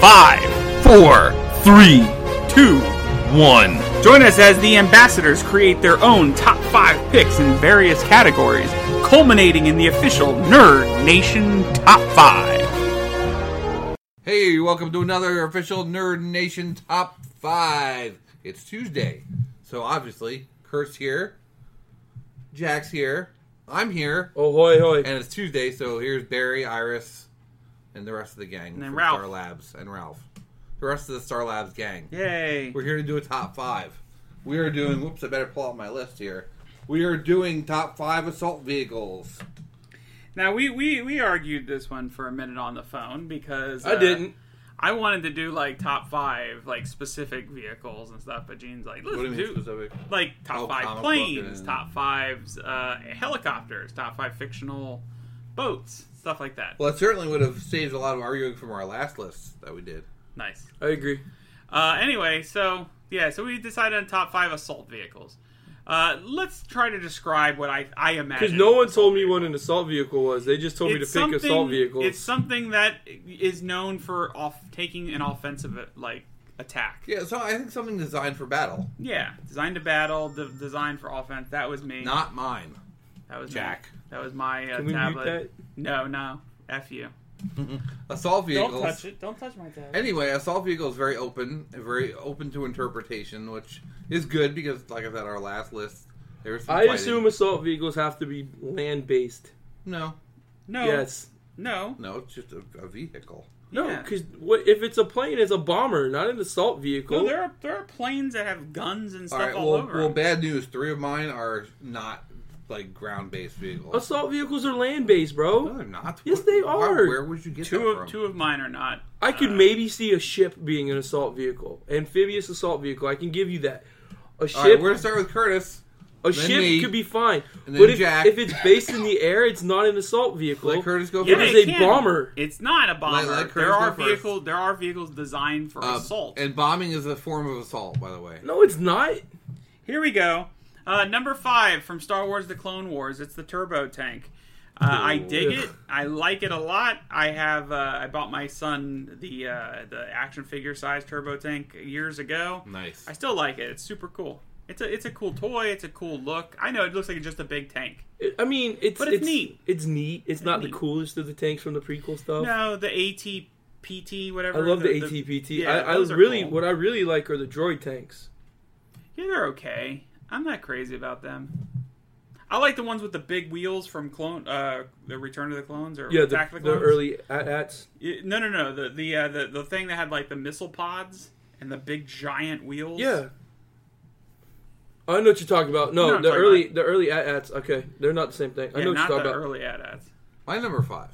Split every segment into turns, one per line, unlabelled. Five, four, three, two, one.
Join us as the ambassadors create their own top five picks in various categories, culminating in the official Nerd Nation Top 5.
Hey, welcome to another official Nerd Nation Top 5. It's Tuesday. So obviously, Kurt's here, Jack's here, I'm here,
Oh hoy hoy.
and it's Tuesday, so here's Barry, Iris, and the rest of the gang.
then
from
Ralph.
Star Labs and Ralph. The rest of the Star Labs gang.
Yay.
We're here to do a top 5. We are doing, whoops, I better pull out my list here. We are doing top 5 assault vehicles.
Now, we, we, we argued this one for a minute on the phone because.
I
uh,
didn't.
I wanted to do like top five, like specific vehicles and stuff, but Gene's like, let's
What do you mean
do
specific?
like top
Oh,
five
comic book
planes,
and-
top fives uh, helicopters, top five fictional boats, stuff like that.
Well, it certainly would have saved a lot of arguing from our last list that we did.
Nice.
I agree.
Uh, anyway, so yeah, so we decided on top five assault vehicles. Uh, let's try to describe what I I imagine.
Because no one told me what an assault vehicle was. They just told me to pick
something-
assault vehicles.
It's something that is known for off taking an offensive like attack.
Yeah, so I think something designed for battle.
Yeah, designed to battle, de- designed for offense. That was me.
Not mine.
that was me.
Jack.
That was my uh,
Can we mute
tablet.
that?
No, no, f you.
Assault vehicles.
it. Don't touch my tablet.
Anyway, assault vehicle is very open, very open to interpretation, which is good because, like I said, our last list there was. Some
I
fighting.
assume assault vehicles have to be land based.
no,
No.
Yes.
No.
no, it's just a, a vehicle.
No,
Yeah.
because what if it's a plane? It's a bomber, not an assault vehicle.
Well, there are there are planes that have guns and
All
stuff
right,
all
well,
over.
well,
'em.
bad news. Three of mine are not like ground-based vehicles.
assault vehicles are land based, bro.
no, they're not.
Yes,
What-
they
why-
are.
Where would you get
two
that
of
from?
two of mine are not.
I could
Uh,
maybe see a ship being an assault vehicle, amphibious assault vehicle. I can give you that. A
All right,
ship,
we're gonna start with Curtis.
a
then
ship
me,
could be fine,
and
but
then
if,
Jack.
if it's based in the air, it's not an assault vehicle.
Let Curtis go
Yeah,
first.
is a
it can.
bomber.
It's not a bomber.
let Curtis
there are
go first.
vehicles. There are vehicles designed for
Uh,
assault.
And bombing is a form of assault, by the way.
No, it's not.
Here we go. Uh, number five from Star Wars: The Clone Wars. It's the turbo tank. Uh, I dig
Ugh.
it. I like it a lot. I have. Uh, I bought my son the uh, the action figure size turbo tank years ago.
Nice.
I still like it. It's super cool. It's a it's a cool toy. It's a cool look. I know it looks like just a big tank.
It- I mean, it's
But it's neat.
It's neat. It's, not
neat.
the coolest of the tanks from the prequel stuff.
No, the ATPT whatever.
I love the, ATPT. I, I
those are
really,
cool.
what I really like are the droid tanks.
Yeah, they're okay. I'm not crazy about them. I like the ones with the big wheels from Clone, uh, the Return of the Clones or
Yeah, the,
Attack of the
the
Clones.
early AT-ATs.
Yeah, No, no, no. The the, uh, the the thing that had like the missile pods and the big giant wheels.
Yeah. I know what you're talking about.
You know
No,
what I'm
the
talking
early,
about.
the early AT-ATs. Okay, they're not the same thing. I
Yeah,
know what
not
you're
the
talking about.
early AT-ATs.
My number five.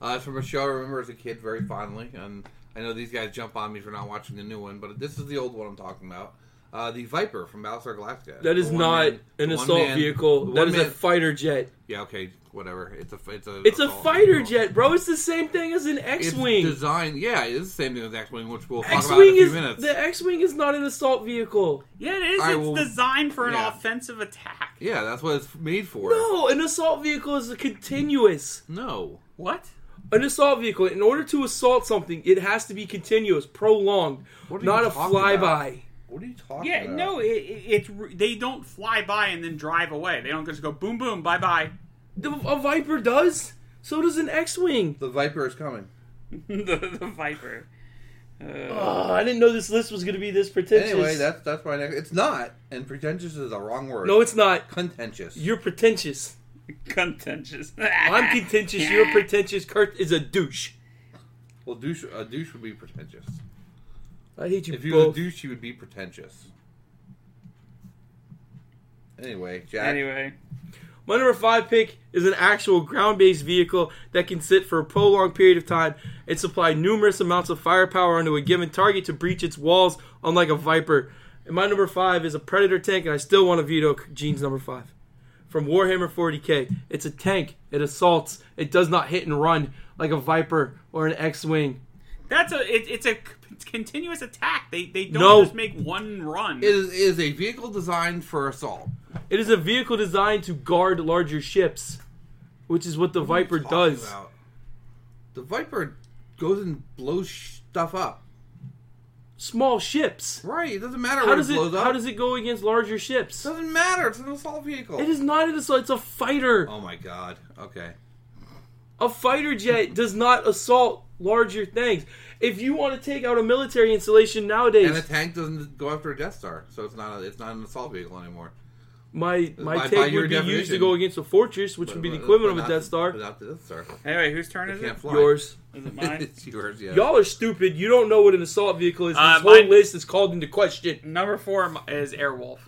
Uh, it's from a show I remember as a kid very fondly, and I know these guys jump on me for not watching the new one, but this is the old one I'm talking about. Uh, the Viper from Battlestar Galactica.
That is
The one
not
man-
an
the one
assault
man- the
vehicle. That
one
is a
man- Oh,
fighter jet.
yeah, okay, whatever. It's a it's a
It's a
assault
fighter
vehicle.
jet, bro. It's the same thing as an
oh, It's
X-wing.
designed. Yeah, it is the same thing as X-wing, which we'll talk about in a
X-wing
few
is
minutes.
the X-wing is not an assault vehicle.
Yeah, it is.
I
it's
will-
designed for an
yeah.
offensive attack.
yeah, that's what it's made for.
No, an assault vehicle is a continuous.
No.
What?
An assault vehicle, in order to assault something, it has to be continuous, prolonged,
What are you
not a
talking
flyby.
about? What are you talking
Yeah,
about?
no. It, it, it's re- they don't fly by and then drive away. They don't just go boom, boom, bye, bye.
The, a Viper does. So does an X-wing.
The Viper is coming.
the, the Viper.
Ugh, I didn't know this list was going to be this pretentious.
Anyway, that's that's my next. It's not, and pretentious is the wrong word.
no, it's not.
contentious.
You're pretentious.
contentious.
I'm contentious. You're pretentious. Kurt is a douche.
Well, douche a douche would be pretentious.
I hate you
If he was a
both.
douche, he would be pretentious. Anyway, Jack.
Anyway,
My number five pick is an actual ground-based vehicle that can sit for a prolonged period of time and supply numerous amounts of firepower onto a given target to breach its walls, unlike a Viper. And my number five is a Predator tank, and I still want to veto Gene's number five from Warhammer 40k. It's a tank. It assaults. It does not hit and run like a Viper or an X-wing.
that's a it, it's a c- continuous attack. They they don't
No.
just make one run.
It is, it is a vehicle designed for assault.
It is a vehicle designed to guard larger ships, which is what the Viper
What are you talking
does.
about? The Viper goes and blows sh- stuff up.
Small ships.
Right. It doesn't matter
How
when
does
it
it
blows up.
how does it go against larger ships?
doesn't matter. It's an assault vehicle.
It is not an assault. It's a fighter.
Oh my god. Okay.
A fighter jet does not assault larger things. If you want to take out a military installation nowadays,
And a tank doesn't go after a Death Star, so it's not a, it's not an assault vehicle anymore.
my my
by- by
take
your
would be used to
definition.
go against a fortress, which would be the equivalent of a
Without-
Death Star.
uh, Without the Death Star,
Anyway, whose turn
it
is
can't
it?
fly.
Yours.
Is it mine?
it's yours. Yeah.
Y'all are stupid. You don't know what an assault vehicle is. This
Uh,
whole
mine-
list is called into question.
Number four m- is Airwolf.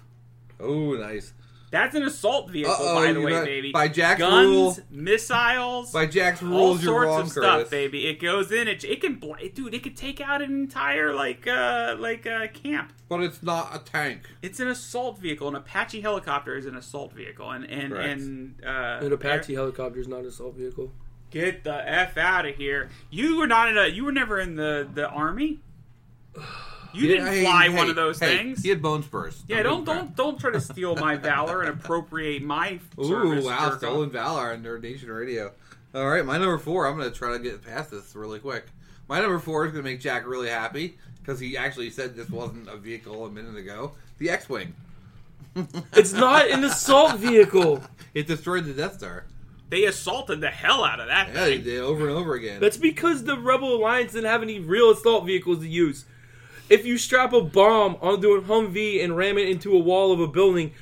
Oh, nice.
That's an assault vehicle,
Uh-oh,
by the
you're
way,
not-
baby.
by Jack's
Guns,
rule-
missiles,
By Jack's
all
rules,
sorts
you're wrong,
of stuff,
Curtis.
baby. It goes in. It, it can, bl- dude. It could take out an entire like uh like uh, camp.
But it's not a tank.
It's an assault vehicle. An Apache helicopter is an assault vehicle, and and
Correct.
and uh,
An Apache helicopter is not an assault vehicle.
Get the f out of here! You were not in a. You were never in the the army. You
Yeah,
didn't
hey,
fly
hey,
one of those
hey,
things.
He had bone spurs.
yeah, don't don't don't try to steal my valor and appropriate my
Ooh,
service.
wow,
jerk
stolen
off.
valor on Nerd Nation Radio. All right, my number four. I'm going to try to get past this really quick. My number four is going to make Jack really happy because he actually said this wasn't a vehicle a minute ago. The X-wing.
It's not an assault vehicle.
It destroyed the Death Star.
They assaulted the hell out of that.
Yeah, they did over and over again.
That's because the Rebel Alliance didn't have any real assault vehicles to use. If you strap a bomb onto a Humvee and ram it into a wall of a building,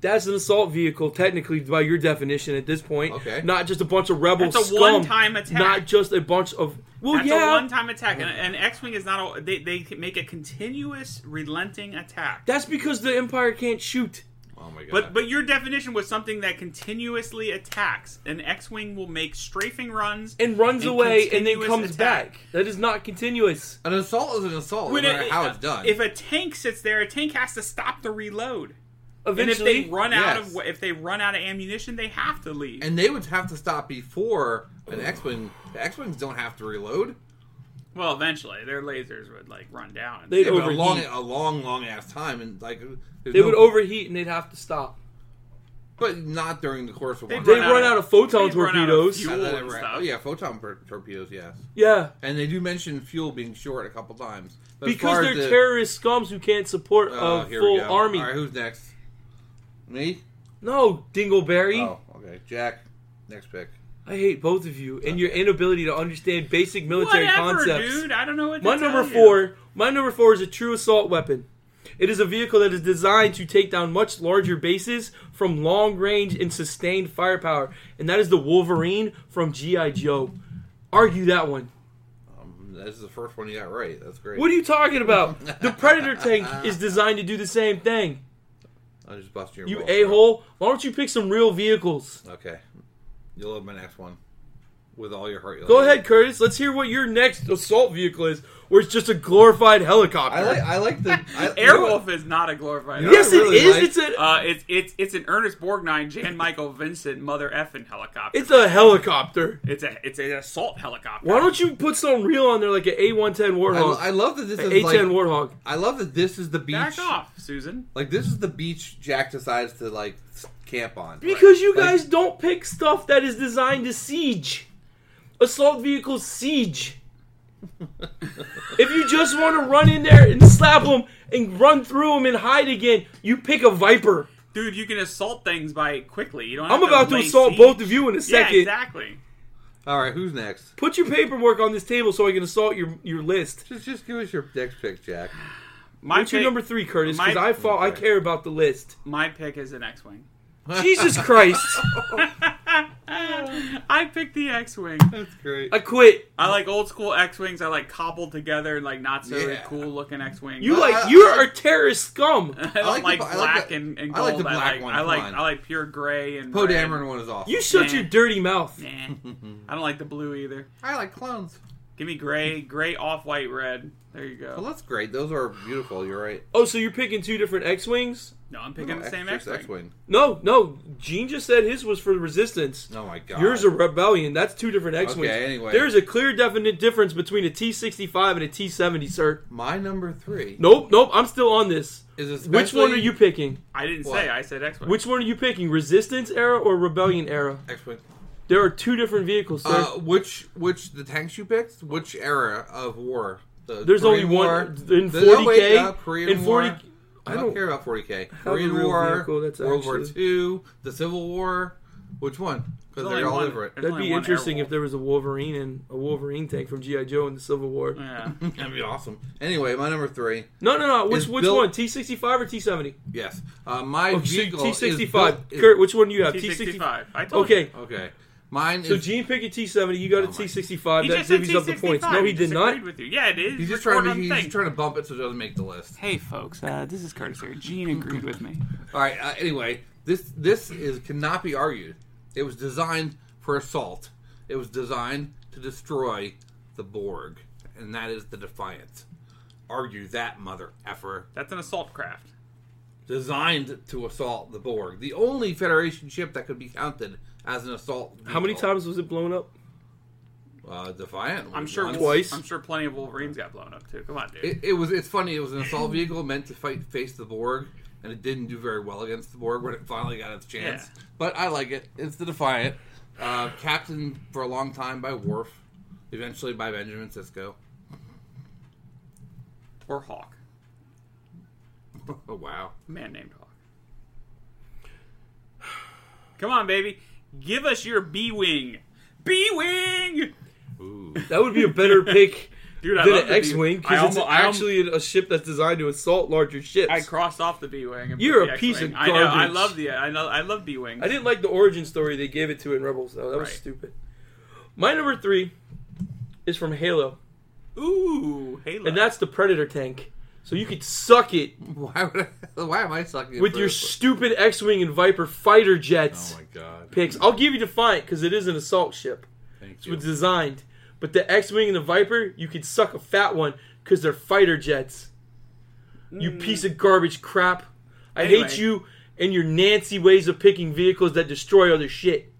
that's an assault vehicle, technically, by your definition at this point.
Okay.
Not just a bunch of rebel
That's a
scum,
one-time attack.
Not just a bunch of. Well,
That's
yeah.
a one-time attack,
Oh.
and, and X-wing is not. A, they they can make a continuous, relenting attack.
that's because the Empire can't shoot.
oh my god.
But but your definition was something that continuously attacks. An X-wing will make strafing runs
And runs away and then
continuous
comes
attack.
back. That is not continuous.
an assault is an assault, no
When
matter
it-
how it's done.
If a tank sits there, a tank has to stop the reload. and if they
Eventually,
run out
yes.
of if they run out of ammunition, they have to leave.
and they would have to stop before an X-wing. The X-wings don't have to reload.
well, eventually their lasers would like run down.
They'd
Yeah, but a
overheat.
long, a long, long ass time, and like there's
they
no-
would overheat and they'd have to stop.
but not during the course of
They'd
one.
They
Run
run,
out
out
of-
of photon
they'd run out of
torpedoes.
fuel.
Yeah, that-
and
right.
stuff.
Oh yeah, photon per- torpedoes. Yes,
Yeah.
and they do mention fuel being short a couple times But as
Because
far
they're
as the-
terrorist scums who can't support
Uh,
a
here we
full
go.
army.
All right, who's next? Me?
No, Dingleberry.
Oh, okay. Jack, next pick.
I hate both of you and your inability to understand basic military
Whatever,
concepts.
dude. I don't know what. To
My
tell
number
you.
four. My number four is a true assault weapon. It is a vehicle that is designed to take down much larger bases from long range and sustained firepower, and that is the Wolverine from GI Joe. Argue that one.
Um, this is the first one you got right. That's great.
What are you talking about? The Predator tank is designed to do the same thing.
I just busted your
You
balls.
a hole. Why don't you pick some real vehicles?
Okay, you'll love my next one with all your heart. You'll
Go
love it.
ahead, Curtis. Let's hear what your next assault vehicle is, where it's just a glorified helicopter.
I like. I like the I,
Airwolf is not a glorified.
You know
yes,
what I really
it is.
like?
It's a
Uh, it's it's it's an Ernest Borgnine, Jan Michael Vincent, mother effing helicopter.
it's a helicopter.
It's a it's an assault helicopter.
Why don't you put some real on there, like an A110
I,
Warthog,
I love that this
an
is
A10
like.
Warthog?
I love that this is the beach.
back off, Susan?
Like this is the beach Jack decides to like camp on.
Because you
Like-
guys don't pick stuff that is designed to siege. Assault vehicles siege. if you just want to run in there and slap them and run through them and hide again, you pick a Viper.
Dude, you can assault things by quickly. You don't.
I'm
have
about to
lay
assault
siege.
both of you in a
Yeah,
second.
exactly.
All right, who's next?
Put your paperwork on this table so I can assault your your list.
Just just give us your next pick, Jack.
My
What's your
pick-
number three, Curtis? Because
My-
I fall, I
Okay.
care about the list.
My pick is an X-wing.
Jesus Christ!
I picked the X-wing.
That's great.
I quit.
I like old school X-wings. I like cobbled together and like not so
Yeah.
cool looking X-wing.
You like
I-
you are a terrorist scum.
I don't
I like
like,
the- I like
black
the-
and, and
I
gold.
like the black one,
I
come
like
on.
I like pure gray and
Poe
red.
Dameron one is off.
You shut your dirty mouth.
Nah, I don't like the blue either.
I like clones.
Give me gray, gray off white, red. There you
Well,
go.
that's great. Those are beautiful. You're right.
Oh, so you're picking two different X wings?
No, I'm picking the
X-
same
just
X-wing.
X-wing.
No, no. Gene just said his was for the resistance.
Oh my god.
Yours are rebellion. That's two different X wings.
Okay, anyway.
There's a clear, definite difference between a T65 and a T70, sir.
my number three.
Nope, nope. I'm still on this.
Is especially
Which one are you picking?
I didn't
What?
say. I said X-wing.
Which one are you picking? Resistance era or rebellion era?
X-wing?
There are two different vehicles, sir.
Uh, which which the tanks you picked? Which era of war? The
There's
Korean
only one-
War.
in
The- no, wait,
40K,
no, Korean
in 40
War.
I
I don't,
don't-
care about 40k.
have a
Korean
real
War,
vehicle that's
World War
actually-
II, the Civil War. Which one?
There's
Because they're
only
all
one-
different.
there's
That'd
only
be
one
interesting if
Airwolf.
there was a Wolverine and a Wolverine tank from GI Joe in the Civil War.
Yeah.
That'd be awesome. Anyway, my number three.
No, no, no. Which
Is
which
built-
one? T sixty five or T seventy? Oh,
Yes, uh, my vehicle
T
is
sixty five.
built- is-
Kurt, which one do you have? T sixty five.
T65. Uh, I told you.
Okay.
Okay, mine
So
is.
Gene picked a T seventy. You got a
Oh my-
T sixty five.
He
That
just said
divvies
T
up the
sixty
points. No,
five.
he did not.
With you. Yeah, it is.
he's just
Record
trying to
on
he's
thing.
just trying to bump it so it doesn't make the list.
Hey, folks. Uh, this is Curtis here. Gene agreed with me.
All right. Uh, anyway, this this is cannot be argued. It was designed for assault. It was designed to destroy the Borg, and that is the Defiance. Argue that, mother effer.
That's an assault craft.
Designed to assault the Borg, the only Federation ship that could be counted as an assault.
How many
vehicle.
times was it blown up?
Uh, Defiant.
I'm sure
once.
Twice.
I'm sure plenty of Wolverines got blown up too. Come on, dude.
It, it was. It's funny. It was an assault vehicle meant to fight face the Borg, and it didn't do very well against the Borg when it finally got its chance.
Yeah.
But I like it. It's the Defiant, uh, captained for a long time by Worf, eventually by Benjamin Sisko.
or Hawk.
Oh wow!
A man named Hawk. Come on, baby. Give us your B wing. B wing.
Ooh.
That would be a better pick
Dude, I
than
love
an
the
X wing
I
because it's
almo- I almo-
actually a ship that's designed to assault larger ships.
I crossed off the B wing. and
You're
put
a
the
piece
X-wing.
of
I know. I
garbage.
love the. I know. I love B wing.
I didn't like the origin story they gave it to in Rebels though. That was
Right.
stupid. My number three is from Halo,
Ooh, Halo.
and that's the Predator tank. So you could suck it
Why would I, Why am I sucking
with
for
your
this
stupid X-wing and Viper fighter
one?
jets
Oh my god!
picks. I'll give you Defiant because it is an assault ship.
Thank
It was
you.
designed, but the X-wing and the Viper, you could suck a fat one because they're fighter jets. You piece of garbage crap! I
Mm. Anyway.
hate you and your Nancy ways of picking vehicles that destroy other shit.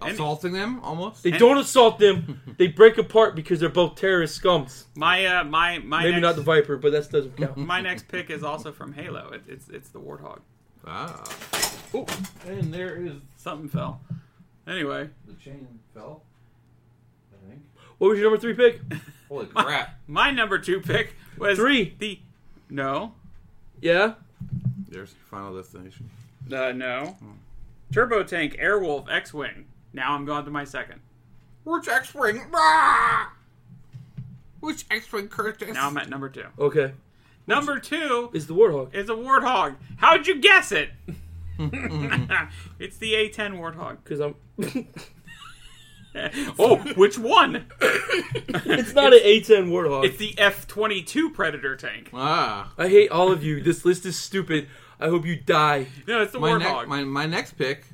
Assaulting them almost.
They don't assault them. they break apart because they're both terrorist scums.
my uh, my my.
Maybe
next,
not the Viper, but that doesn't count.
My next pick is also from Halo. It, it's it's the Warthog.
Ah. Oh, and there is
Something fell. Anyway,
the chain fell. I think.
what was your number three pick?
Holy crap!
my number two pick was
Three.
The no,
Yeah,
There's Final Destination.
uh, no,
Hmm.
Turbo Tank Airwolf X Wing. Now I'm going to my second.
Which X Wing? Ah! Which X Wing, Curtis?
Now I'm at number two.
okay.
Number two
It's the Warthog.
is a Warthog. How'd you guess it? it's the A10 Warthog.
Because I'm.
Oh, which one?
it's not an A10 Warthog.
It's the F22 Predator tank.
ah.
I hate all of you. This list is stupid. I hope you die.
No, it's the
My,
Warthog.
ne- my, my next pick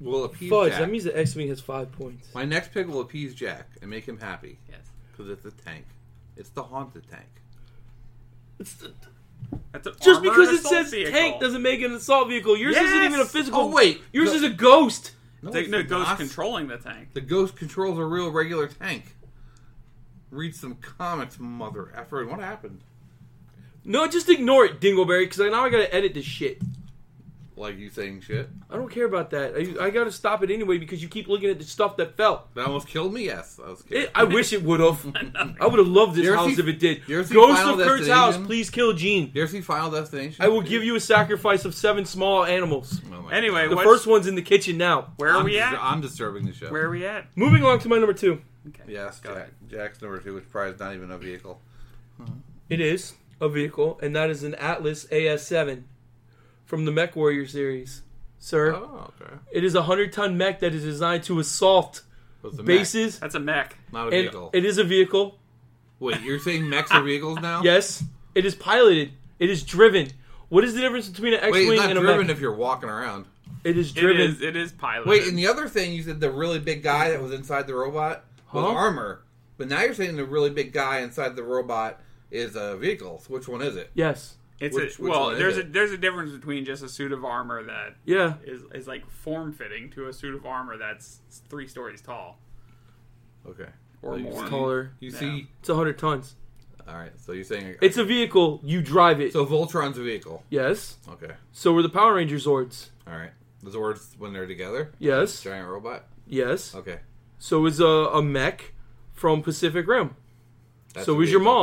will appease
Fudge,
Jack.
that means the X Wing has five points.
my next pick will appease Jack and make him happy
yes.
because it's a tank. It's the haunted tank.
That's an
Just
armored
because it
assault
says
vehicle.
tank doesn't make it an assault vehicle. Yours isn't
Yes!
even a physical.
Oh, wait.
Yours
Go-
is a ghost.
No,
They-
it's
no, it goes
not.
controlling the tank.
The ghost controls a real regular tank. Read some comics, mother effort. What happened?
No, just ignore it, Dingleberry, because now I gotta edit this shit.
Like you saying shit
I don't care about that. I, I gotta stop it anyway because you keep looking at the stuff that fell.
that almost killed me. Yes, I was kidding.
It, I wish it would have. I would have loved this
You ever
house
see-
if it did.
you ever see
Ghost
Final
of Kurt's house,
Destination?
please kill Gene.
you ever see Final Destination?
I will give you a sacrifice of seven small animals.
Oh my
Anyway,
The
what's-
first one's in the kitchen now.
where are
I'm
we
dis-
at?
I'm disturbing the show.
where are we at?
Moving along to my number two.
Okay.
Yes,
Go
Jack.
ahead.
Jack's number two, which probably is not even a vehicle.
It is a vehicle, and that is an Atlas AS7 from the Mech Warrior series. Sir,
Oh, okay.
it is a 100 ton mech that is designed to assault
It's a mech,
bases,
That's a mech.
not a
and
vehicle.
it is a vehicle.
Wait, you're saying mechs are vehicles now?
Yes, it is piloted, it is driven. What is the difference between an X
Wait, it's
Wing
not
and a
driven
mech?
if you're walking around.
It is
It
driven.
is. It is piloted.
Wait, and the other thing you said the really big guy that was inside the robot was
Huh?
armor, but now you're saying the really big guy inside the robot is a vehicle. So which one is it?
Yes.
it's
which-
a,
which
well.
one is
There's a
it?
there's a difference between just a suit of armor that
Yeah.
is is like form fitting to a suit of armor that's three stories tall
Okay.
or
you
more.
see-
Taller.
You
No.
see?
It's 100 tons.
All right. So you're saying
It's a vehicle. You drive it.
so Voltron's a vehicle.
yes.
Okay.
So were the Power Ranger Zords.
All right. The Zords when they're together,
Yes.
giant robot.
Yes.
Okay.
So is a, a mech from Pacific Rim.
That's
so
a
is your
vehicle.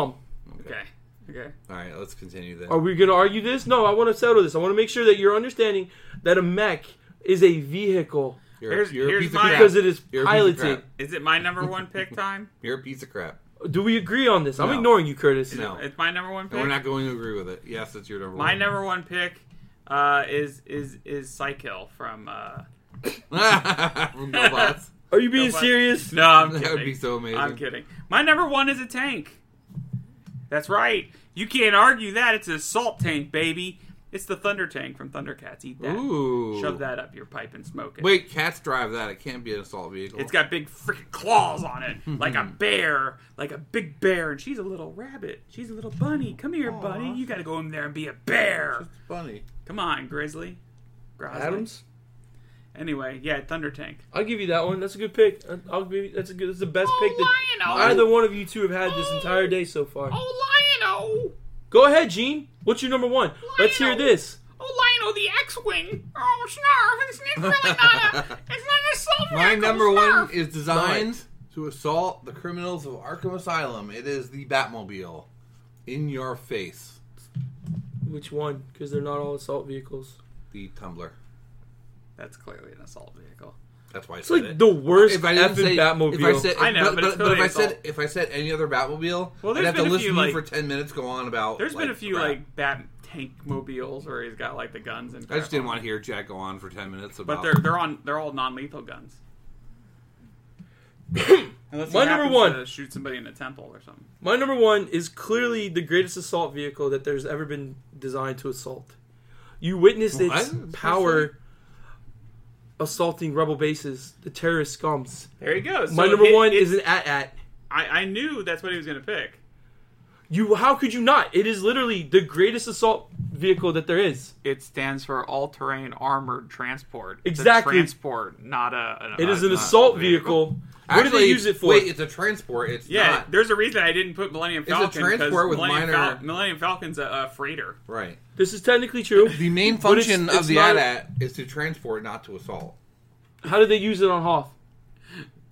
mom.
Okay. Okay.
All right, let's continue then.
Oh,
Are we going to argue this? No, I want to settle this. I want to make sure that you're understanding that a mech is a vehicle
You're,
Here's-
you're
here's
a piece
mine.
of crap.
because it is
You're a piece of
piloted.
crap.
Is it my number one pick time?
You're a piece of crap.
Do we agree on this? I'm
No.
ignoring you, Curtis.
No.
It's my number one
And
pick.
we're not going to agree with it. Yes, that's your number
my
one.
number one pick uh, is is is Psykill from. Uh...
From GoBots.
Are you being
Nobody-
serious?
No, I'm kidding.
That would be so amazing.
I'm kidding. My number one is a tank. That's right. You can't argue that. It's an assault tank, baby. It's the Thunder Tank from Thundercats. Eat that.
Ooh.
Shove that up your pipe and smoke it.
Wait, cats drive that. It can't be an assault vehicle.
It's got big freaking claws on it, like a bear, like a big bear, and she's a little rabbit. She's a little bunny. Come here, bunny. You gotta go in there and be a bear.
funny.
Come on, Grizzly. Grizzly.
Adams?
Anyway, yeah, Thunder Tank.
I'll give you that one. That's a good pick. I'll give you, that's a good. That's the best
Oh
pick that
Lion-O.
either one of you two have had this entire day so far.
Oh, Lion-O.
Go ahead, Gene. What's your number one? Let's hear this.
Oh, Lionel, the X-wing. Oh, snarf! It's, it's really not a. It's not an assault
My
vehicle,
number
snarf.
one is designed to assault the criminals of Arkham Asylum. It is the Batmobile. In your face.
Which one? Because they're not all assault vehicles.
The Tumbler.
That's clearly an assault vehicle.
That's why I
It's
said
like
it.
the worst
If I didn't
effing
say
Batmobile.
if I said,
I know,
but,
but it's
but, but if
clearly
I said
assault.
if I said any other Batmobile,
Well, there's
I'd have to
been a
listen
few,
to you
like-
for ten minutes go on about.
There's
There's
been a few like bat tank mobiles where he's got like the guns and.
I
crap
just didn't Oh.
on
want
them.
to hear Jack go on for ten minutes about.
But they're they're on they're all non-lethal guns. Unless he
My number
happens
one.
to shoot somebody in the temple or something.
My number one is clearly the greatest assault vehicle that there's ever been designed to assault. You witnessed its
What?
power assaulting rebel bases, the terrorist scums.
There he goes.
My
So
number
it-
one
it-
is an at at.
I, I knew that's what he was gonna pick.
You, how could you not? It is literally the greatest assault vehicle that there is.
It stands for all-terrain armored transport.
It's a Exactly.
transport, not a.
It is an
not
assault
a
vehicle.
Actually,
what do they use it for?
Wait, it's a transport. It's
Yeah,
not
there's a reason I didn't put Millennium
a
Falcon. 'cause
transport with
Millennium,
minor-
Fal- Millennium Falcon's a, a freighter.
right.
this is technically true.
The main
But it's-
function
it's
of the
not-
AT-AT is to transport, not to assault.
How did they use it on Hoth?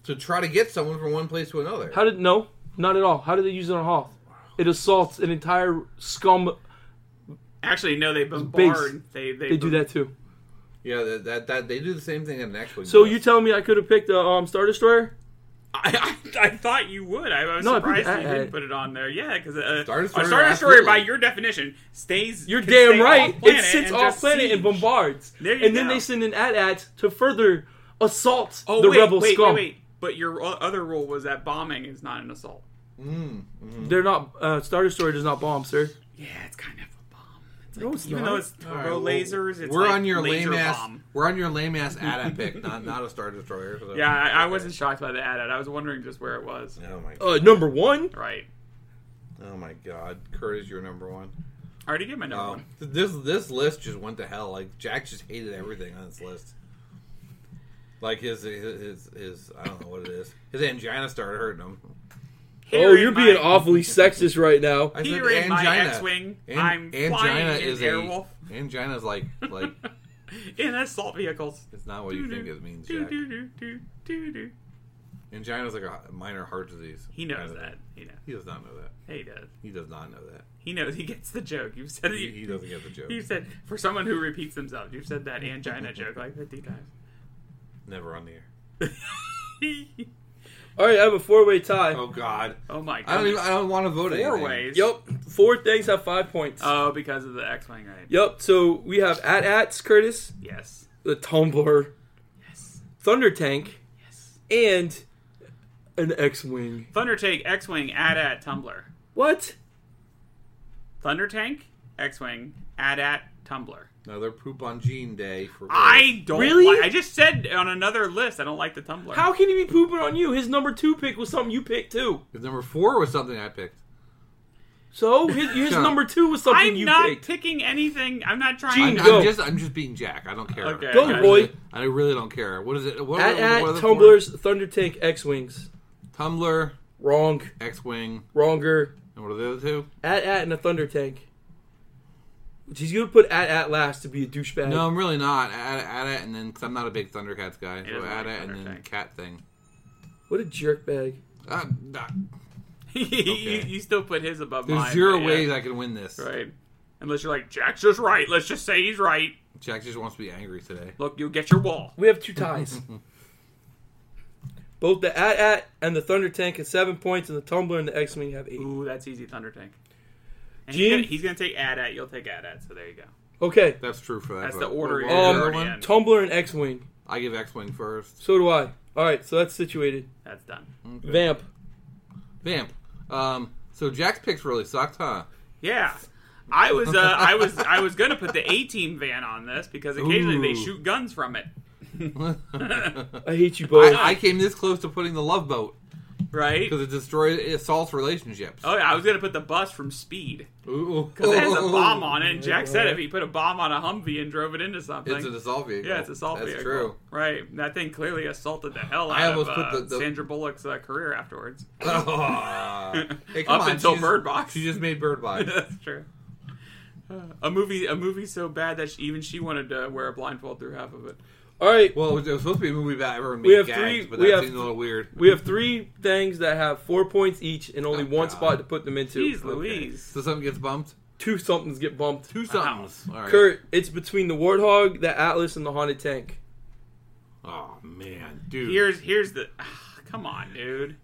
To try to get someone from one place to another.
How did no? Not at all. How did they use it on Hoth? It assaults an entire scum.
Actually, no, they bombard. They they,
They do that too.
yeah, that, that, that they do the same thing in an X-wing.
So
does.
you telling me I could have picked a um, Star Destroyer?
I, I, I thought you would. I, was
No, I
surprised
put-
that you
I- I-
didn't put it on there. Yeah, because uh,
Star
a
Destroyer,
Star Destroyer,
absolutely.
by your definition, stays.
You're
can
damn
stay
right.
off
It
planet
sits
and
off
just
planet
siege.
and bombards,
There you
and then
go.
they send an AT-AT to further assault
Oh
the
wait,
rebel
wait,
scum.
wait, wait. But your o- other rule was that bombing is not an assault.
They're not. Uh, Star Destroyer does not bomb, sir.
Yeah, it's kind of a bomb. It's
No,
like,
it's
even
not.
though it's turbo
All right, well,
lasers, it's
we're
like
on your
laser
lame ass.
bomb.
We're on your lame ass AT-AT pick, not not a star destroyer. so-
Yeah, I, I wasn't shocked by the ad. I was wondering just where it was.
Oh my.
Uh, number one.
Right.
Oh my God, Kurt is your number one.
I already gave my number
Oh,
one.
th- this this list just went to hell. Like Jack just hated everything on this list. Like his his his, his I don't know what it is. His angina started hurting him.
Oh,
Here
you're
in
being
my-
awfully sexist right now.
I
Here in my X-Wing, I'm flying in Airwolf.
a angina is like like
in assault vehicles.
it's not what you think it means. Jack.
Do-do-do-do-do-do.
Angina is like a minor heart disease.
He knows
Kind of.
that. He knows.
He does not know that.
He does.
He does not know that.
He knows. He gets the joke. You've said
He, he
it.
doesn't get the joke.
You said for someone who repeats themselves. You've said that angina joke like fifty times.
Never on the air.
All right, I have a four-way tie.
Oh God.
oh my
I don't even. I
god.
don't want to vote.
Four
anything.
ways.
Yep, four things have five points.
Oh, because of the X-wing, right?
yep. So we have AT-ATs, Curtis,
Yes.
the Tumbler,
Yes.
Thunder Tank,
Yes.
and an X-wing.
Thunder Tank, X-wing, at at Tumblr.
What?
Thunder Tank, X-wing, at at Tumblr.
Another poop on Gene Day for.
I don't
Really?
like- I just said on another list I don't like the Tumblr.
How can he be pooping on you? His number two pick was something you picked too.
Because number four was something I picked.
So his, his
Shut up.
number two was something
I'm
you
not
picked.
picking anything. I'm not trying.
Gene,
to
I'm
go.
just I'm just being Jack. I don't care.
Okay.
Go,
I
boy.
Really, I really don't care. What is it? What,
At
what-
at
what are the four?
Tumblr's Thunder Tank X Wings.
Tumblr,
Wrong.
X-wing,
Wronger.
and what are the other two?
At at and a Thunder Tank. He's gonna put at at last to be a douchebag.
No, I'm really not. Add, add it, and then because I'm not a big Thundercats guy, so
doesn't
add
like
it, and
Thunder
then
Tank.
cat thing.
What a jerkbag.
Uh, nah.
you, you still put his above
There's
mine.
zero
but yeah.
ways I can win this.
Right. Unless you're like, Jack's just right. Let's just say he's right.
Jack just wants to be angry today.
Look, you'll get your wall.
We have two ties. Both the At At and the Thunder Tank have seven points, and the Tumbler and the X Wing have eight.
Ooh, that's easy, Thunder Tank. And
Gene?
he's gonna, he's gonna take ad at. You'll take ad at. So there you go.
Okay.
That's true for that.
That's
vote.
the order
What
you're
was the
already
other one?
in.
Tumbler and X Wing.
I give X-wing first.
So do I. All right, so that's situated.
That's done.
Vamp.
Vamp. Um. So Jack's picks really sucked, huh?
Yeah. I was uh, I was I was gonna put the A team van on this because occasionally they
Ooh.
shoot guns from it,
I hate you
I,
both.
I came this close to putting the love boat
right?
because it destroys it assaults relationships.
Oh yeah, I was gonna put the bus from Speed
Ooh.
because it has a bomb on it. And Jack said if he put a bomb on a Humvee and drove it into something,
It's an assault vehicle.
yeah, it's assault
That's
vehicle.
true.
Right? And That thing clearly assaulted the hell out
I almost
of
put
uh,
the- the-
Sandra Bullock's uh, career afterwards.
hey, come
Up
on,
until
she just-
Bird Box.
She just made Bird Box.
That's true. Uh, a movie, a movie so bad that she, even she wanted to wear a blindfold through half of it.
All right,
Well, it was, it was supposed to be a movie about everyone
We
being
have
gags,
three-
but
we
that
have-
seems a little weird.
we have three things that have four points each and only
Oh,
one
God.
spot to put them into.
Jeez
Okay.
Louise!
So something gets bumped.
Two somethings get bumped.
Two somethings. All right.
Kurt, it's between the Warthog, the Atlas, and the Haunted Tank.
Oh man, dude.
Here's here's the. ah, come on, dude.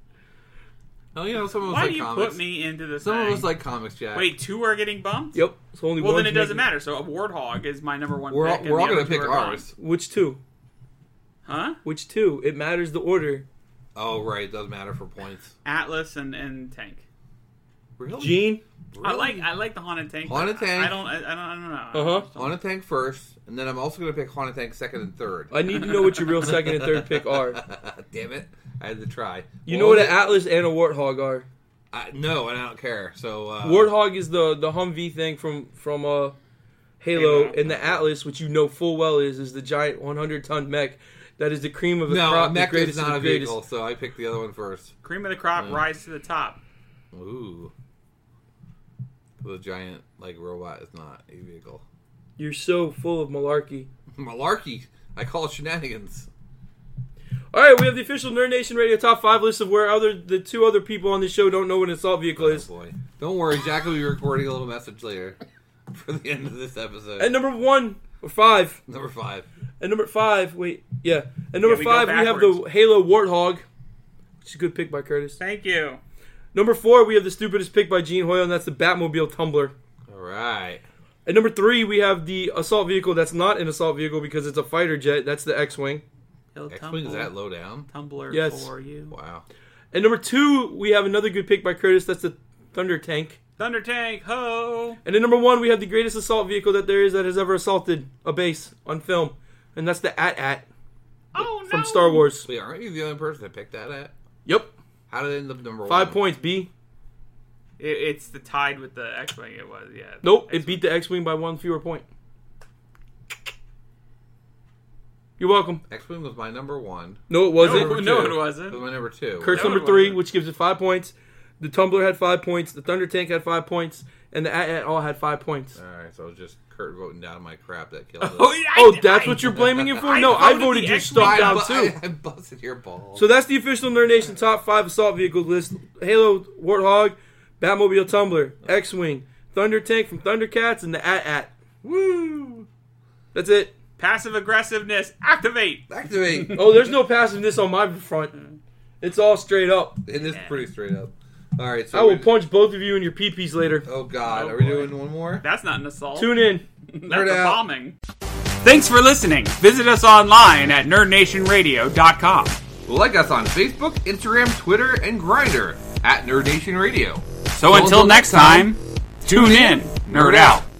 oh, you know, some of us
Why
like
do you
comics.
put me into this?
Some
thing?
of us like comics, Jack.
Wait, two are getting bumped.
Yep. So only
Well,
one
then it
can make
doesn't matter. So a warthog is my number one.
we're all,
pick and
we're all
the
gonna
other
pick
two are gone.
ours.
Which two?
huh?
Which two? It matters the order.
Oh right, it doesn't matter for points.
Atlas and, and tank. Oh.
Really?
Gene.
I like I like the haunted tank. but
Haunted
I-
Tank.
I don't I, I don't I don't know.
Uh huh.
Haunted Tank first, and then I'm also gonna pick Haunted Tank second and third.
I need to know what your real second and third pick are.
Damn it, I had to try.
You
Well,
know what
it-
an Atlas and a Warthog are.
I, no, and I don't care. So uh,
Warthog is the the Humvee thing from from uh, Halo,
Halo.
and the Atlas, which you know full well is, is the giant 100 ton mech that is the cream of the
No, a
crop, the
mech is
greatest, of
not
the
a
greatest.
vehicle, so I picked the other one first.
Cream of the crop, rise to the top.
Ooh. The giant like robot is not a vehicle.
You're so full of malarkey.
Malarkey. I call it shenanigans.
All right, we have the official Nerd Nation Radio top five list of where other the two other people on this show don't know what an assault vehicle
Oh
is.
boy. Don't worry, Jack will be recording a little message later for the end of this episode.
At number one or five,
Number five.
at number five, wait, yeah, at number
we go
five we have the
backwards.
Halo Warthog, which is a good pick by Curtis.
Thank you.
Number four, we have the stupidest pick by Gene Hoyle, and that's the Batmobile Tumbler.
Alright.
At number three, we have the assault vehicle that's not an assault vehicle because it's a fighter jet. That's the X Wing.
He'll
X
tumble,
Wing is that low down?
Tumbler
Yes.
for you.
Wow.
At number two, we have another good pick by Curtis. That's the Thunder Tank.
Thunder tank, ho!
And at number one, we have the greatest assault vehicle that there is that has ever assaulted a base on film. And that's the AT AT
Oh no!
from Star Wars.
Wait, aren't you the only person that picked that at?
Yep.
How did it end up number one?
Five points, B.
It, it's the tied with the X Wing, it was, yeah.
Nope, it beat the X Wing by one fewer point. You're welcome.
X Wing was my number one.
No, it wasn't.
No, no, it wasn't.
It was my number two.
Kurt's
No, it
number three,
wasn't.
which gives it five points. The Tumbler had five points. The Thunder Tank had five points, and the At At all had five points.
Alright, so it was just Kurt voting down my crap that killed us.
Oh, yeah, I-
Oh, that's
I-
what you're blaming him for?
I
No, I
voted
voted
the
your
X
stuff
Men.
I,
down
bu-
too.
I, I busted your balls.
So that's the official Nerd Nation top five assault vehicles list: Halo, Warthog, Batmobile, Tumbler, X-wing, Thunder Tank from Thundercats, and the At At.
Woo!
That's it.
Passive aggressiveness, activate!
Activate. it
Oh, there's no passiveness on my front. It's all straight up.
is pretty straight up. All right, so
I will
we-
punch both of you in your peepees later.
Oh God,
Oh,
are we
boy.
doing one more?
That's not an assault.
Tune in.
That's a
Nerd out.
bombing. Thanks for listening. Visit us online at nerdnationradio.com.
Like us on Facebook, Instagram, Twitter, and Grinder at Nerd Nation Radio.
So until next time, tune in, nerd out.